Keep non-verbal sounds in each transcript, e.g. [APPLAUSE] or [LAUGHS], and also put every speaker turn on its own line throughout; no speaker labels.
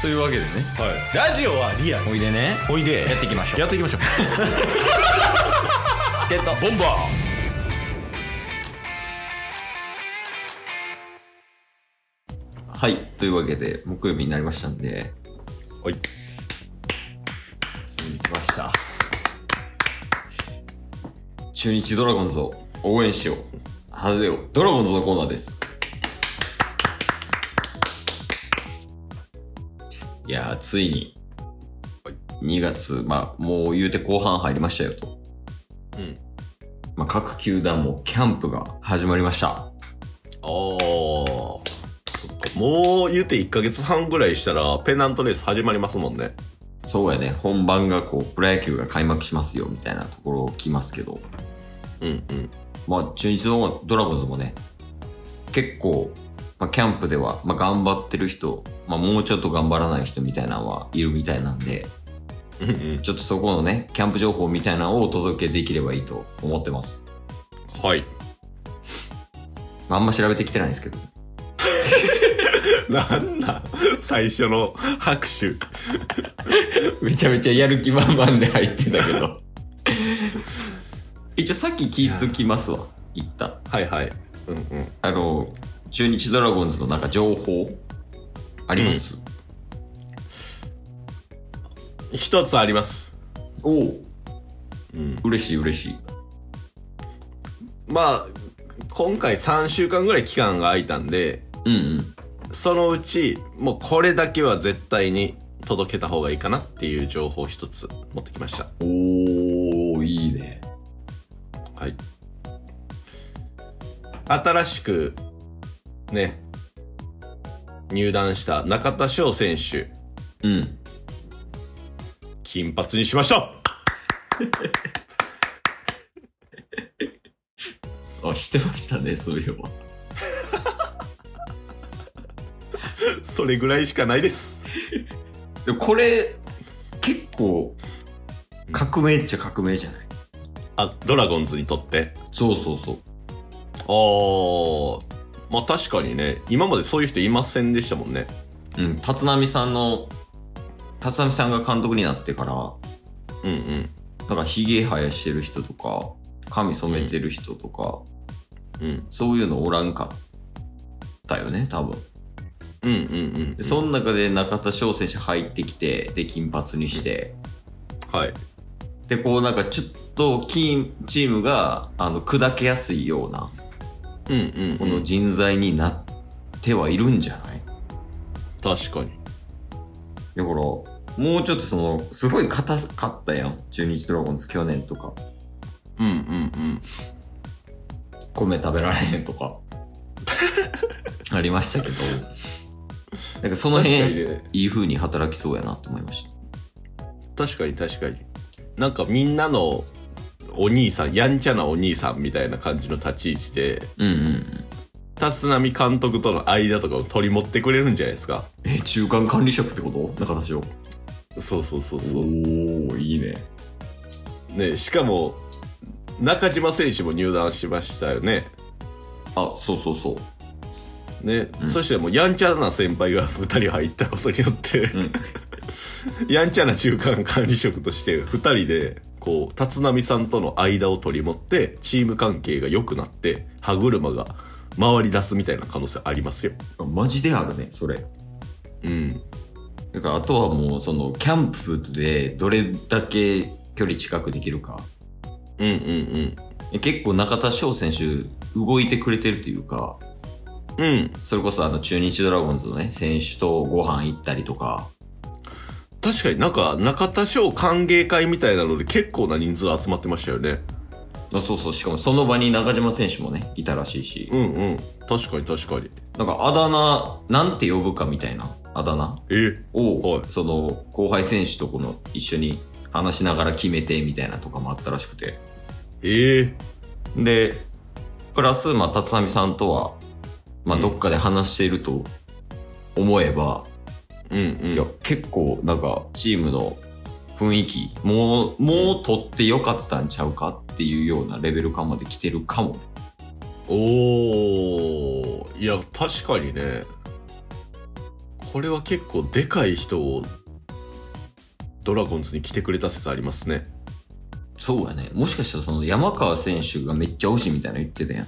というわけでね
はい、ラジオはリアル
おいでね
おいで
やっていきましょう
やっていきましょう
ゲットボンバーはい。というわけで、木曜日になりましたんで、
はい
ついに来ました。中日ドラゴンズを応援しよう。はぜよ。ドラゴンズのコーナーです。いやー、ついに、2月、まあ、もう言うて後半入りましたよと。
うん
まあ、各球団もキャンプが始まりました。
おおもう言って1ヶ月半ぐらいしたらペナントレース始まりますもんね
そうやね、本番がこう、プロ野球が開幕しますよ、みたいなところを来ますけど、
うんうん
まあ、中日のドラゴンズもね、結構、まあ、キャンプでは、まあ、頑張ってる人、まあ、もうちょっと頑張らない人みたいなのはいるみたいなんで、
うんうん
ちょっとそこのね、キャンプ情報みたいなのをお届けできればいいと思ってます。
はい
まあ、あんま調べてきてないんですけど。
なんだ最初の拍手
[LAUGHS] めちゃめちゃやる気満々で入ってたけど。 [LAUGHS] 一応さっき聞いときますわ。一旦。
はいはいうんうん
あの、中日ドラゴンズのなんか情報あります、
一つあります
おう
うん
嬉しい嬉しい。
まあ今回3週間ぐらい期間が空いたんで
うんうん。
そのうちもうこれだけは絶対に届けた方がいいかなっていう情報を一つ持ってきました
おー、いいね。
はい。新しく、ね、入団した中田翔選手、
うん。
金髪にしました
あ、してましたね、そういえば。
それぐらいしかないです。
でもこれ、結構、革命っちゃ革命じゃない
あ、ドラゴンズにとって。
そうそうそう。
あー、まあ確かにね、今までそういう人いませんでしたもんね。
うん、立浪さんの、立浪さんが監督になってから、
うんうん。
なんかひげ生やしてる人とか髪染めてる人とか、
うん、
そういうのおらんかったよね多分
うんうん
でその中で中田翔選手入ってきてで金髪にして、
うん。はい。
でこうなんかちょっと金チームがあの砕けやすいような
うんう
こ
ん、こ
の
の
人材になってはいるんじゃない、
確かに。
だからもうちょっとそのすごい硬かったやん中日ドラゴンズ去年とか
うんうんうん。
米食べられへんと [LAUGHS] かありましたけどなんかその
[LAUGHS] 確か
辺
にね
いい風に働きそうやなと思いました
確かに確かになんかみんなのお兄さんやんちゃなお兄さんみたいな感じの立ち位置で
うんうんうん
立浪監督との間とかを取り持ってくれるんじゃないですか
え中間管理職ってこと中田翔
そうそうそう
お
そう、
おいいね
ね、しかも中島選手も入団しましたよね
あそうそうそう
ね、
うん
そしてもうやんちゃな先輩が2人入ったことによって、やんちゃな中間管理職として2人でこう立浪さんとの間を取り持ってチーム関係が良くなって歯車が回り出すみたいな可能性ありますよ。
あ [LAUGHS] マジであるねそれ
うん、
だからあとはもうそのキャンプでどれだけ距離近くできるか
うんうん
え結構中田翔選手動いてくれてるというか
うんうん
それこそあの中日ドラゴンズのね選手とご飯行ったりとか
確かになんか中田翔歓迎会みたいなので結構な人数集まってましたよね。
あそうそう、しかもその場に中島選手もね、いたらしいし、
うんうん確かに確かに。
なんかあだ名、なんて呼ぶかみたいなあだ名
え
を、
はい
その後輩選手とこの一緒に話しながら決めてみたいなとかもあったらしくて。
ええ
で、プラス、まあ、辰巳さんとは、まあ、どっかで話していると思えば、
うんうん
いや、結構なんかチームの雰囲気、もう、もう取ってよかったんちゃうかっていうようなレベル感まで来てるかも。
おーいや確かにねこれは結構でかい人をドラゴンズに来てくれた説ありますね
そうやね。もしかしたらその山川選手がめっちゃ惜しいみたいなの言ってたやん。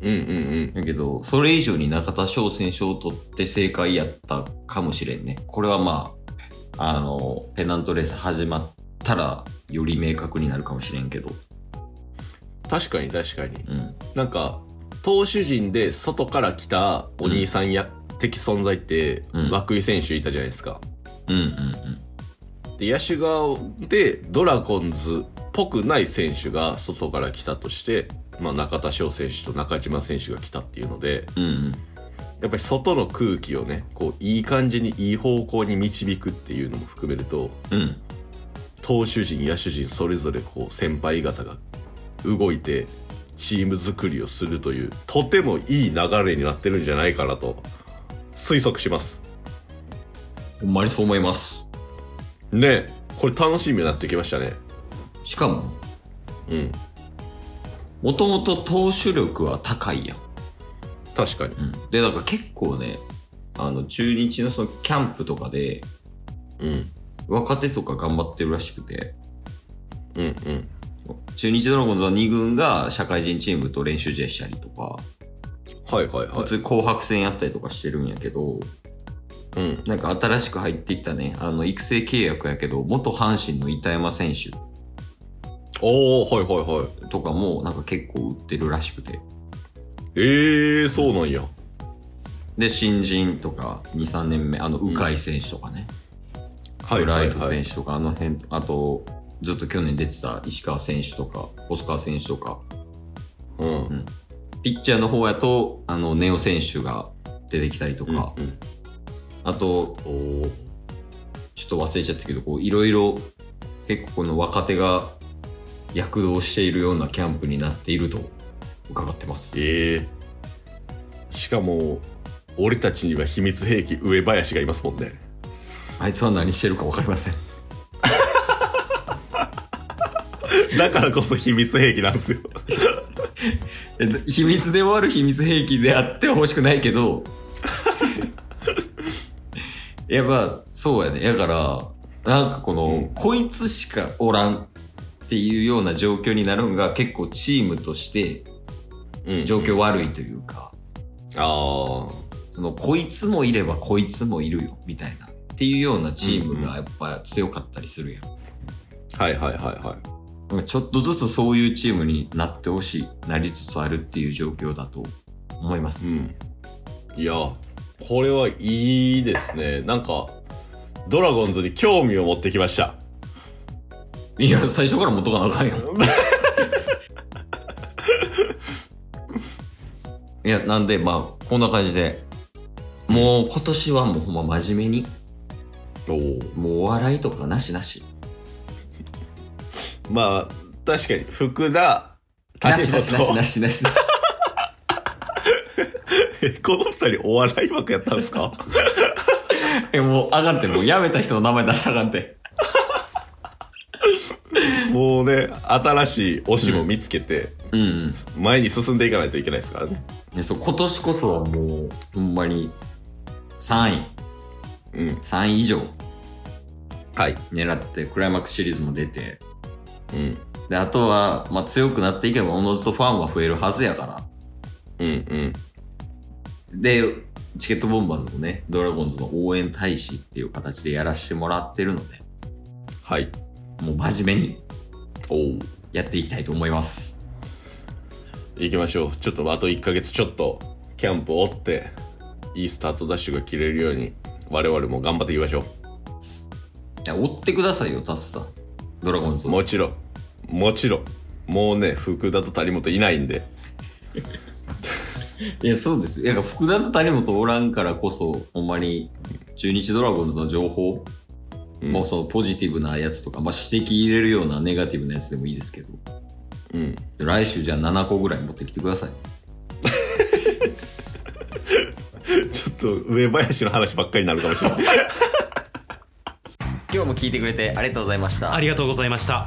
うんうんうん
だけど、それ以上に中田翔選手を取って正解やったかもしれんね。これはまあ、あの、ペナントレース始まったらより明確になるかもしれんけど。
確かに確かに
うん。
なんか投手陣で外から来たお兄さんや、的存在って
うん
涌井選手いたじゃないですか、
うんうんうん。
で野手側でドラゴンズっぽくない選手が外から来たとして、まあ、中田翔選手と中島選手が来たっていうので
うんうん。
やっぱり外の空気をねこういい感じにいい方向に導くっていうのも含めると
うん。
投手陣野手陣それぞれこう先輩方が動いてチーム作りをするというとてもいい流れになってるんじゃないかなと推測します
ほんまにそう思います。
ねえこれ楽しみになってきましたね
しかも、
うん
もともと投手力は高いやん。
確かに
うん。で、だから結構ね、あの、中日のそのキャンプとかで、
うん
若手とか頑張ってるらしくて、
うんうん
中日ドラゴンズの2軍が社会人チームと練習試合したりとか、
はいはいは
普
い
通紅白戦やったりとかしてるんやけど、
うん
なんか新しく入ってきたね、あの、育成契約やけど、元阪神の板山選手
おおはいはいはい
とかも、なんか結構売ってるらしくて。
ええー、そうなんや
で、新人とか、2、3年目、あの、鵜飼選手とかね、
はい
ブラ
はい
イト
は
選
い
手とか、あの辺、あと、ずっと去年出てた石川選手とか、細川選手とか、
うん
んピッチャーの方やと、あの、ネオ選手が出てきたりと
うん
か、あと、
うんおー
ちょっと忘れちゃったけど、こう、いろいろ、結構この若手が躍動しているようなキャンプになっていると伺ってます。
ええしかも俺たちには秘密兵器上林がいますも
[LAUGHS]
んね
あいつは何してるか分かりません。
だからこそ秘密兵器なんですよ。
え秘密でもある秘密兵器であってほしくないけ
[LAUGHS]
ど、やっぱ、そうやね。やから、なんかこの、
うん
こいつしかおらんっていうような状況になるんが結構チームとして
うん
状況悪いというか、
ああ。
そのこいつもいればこいつもいるよみたいなっていうようなチームがやっぱ強かったりするやん。
はいはいはいはい。
なんかちょっとずつそういうチームになってほしい、なりつつあるっていう状況だと思います。
うん。いや、これはいいですね。なんか、ドラゴンズに興味を持ってきました。
いや、最初から元がなあかん [LAUGHS] よ。いや、なんでまあ、こんな感じで、もう今年はもうほんま真面目に、
おお。
もうお笑いとかなしなし。
まあ、確かに、福田、
なしなしなしな
し。
しなしなし。
[LAUGHS] この二人お笑い枠やったんで
[LAUGHS]
すか
え、 [LAUGHS] もうあかんって、もうやめた人の名前出したらあかんって。
もうね、新しい推しも見つけて、
うんうん。
前に進んでいかないといけないですからね。
ね、そう、今年こそはもう、ほんまに、3位、
うん。
3位以上
はい。
狙って、クライマックスシリーズも出て、
うん。
で、あとは、まあ、強くなっていけば、おのずとファンは増えるはずやから。
うんうん。
で、チケットボンバーズもね、ドラゴンズの応援大使っていう形でやらしてもらってるので、
はい。
もう真面目に
おお。
やっていきたいと思います。
行きましょうちょっとあと1ヶ月ちょっとキャンプを追っていいスタートダッシュが切れるように我々も頑張っていきましょ
いや、追ってくださいよ、タスさん。ドラゴンズ
う
を。
もちろんもちろんもうね福田と谷本いないんで
いや、そうですよ。いや、福田と谷本おらんからこそ、ほんまに、中日ドラゴンズの情報、
うん
もうそのポジティブなやつとか、まあ、指摘入れるようなネガティブなやつでもいいですけど、
うん
来週じゃあ7個ぐらい持ってきてください。
ちょっと上林の話ばっかりになるかもしれない
今日も聞いてくれてありがとうございました。
ありがとうございました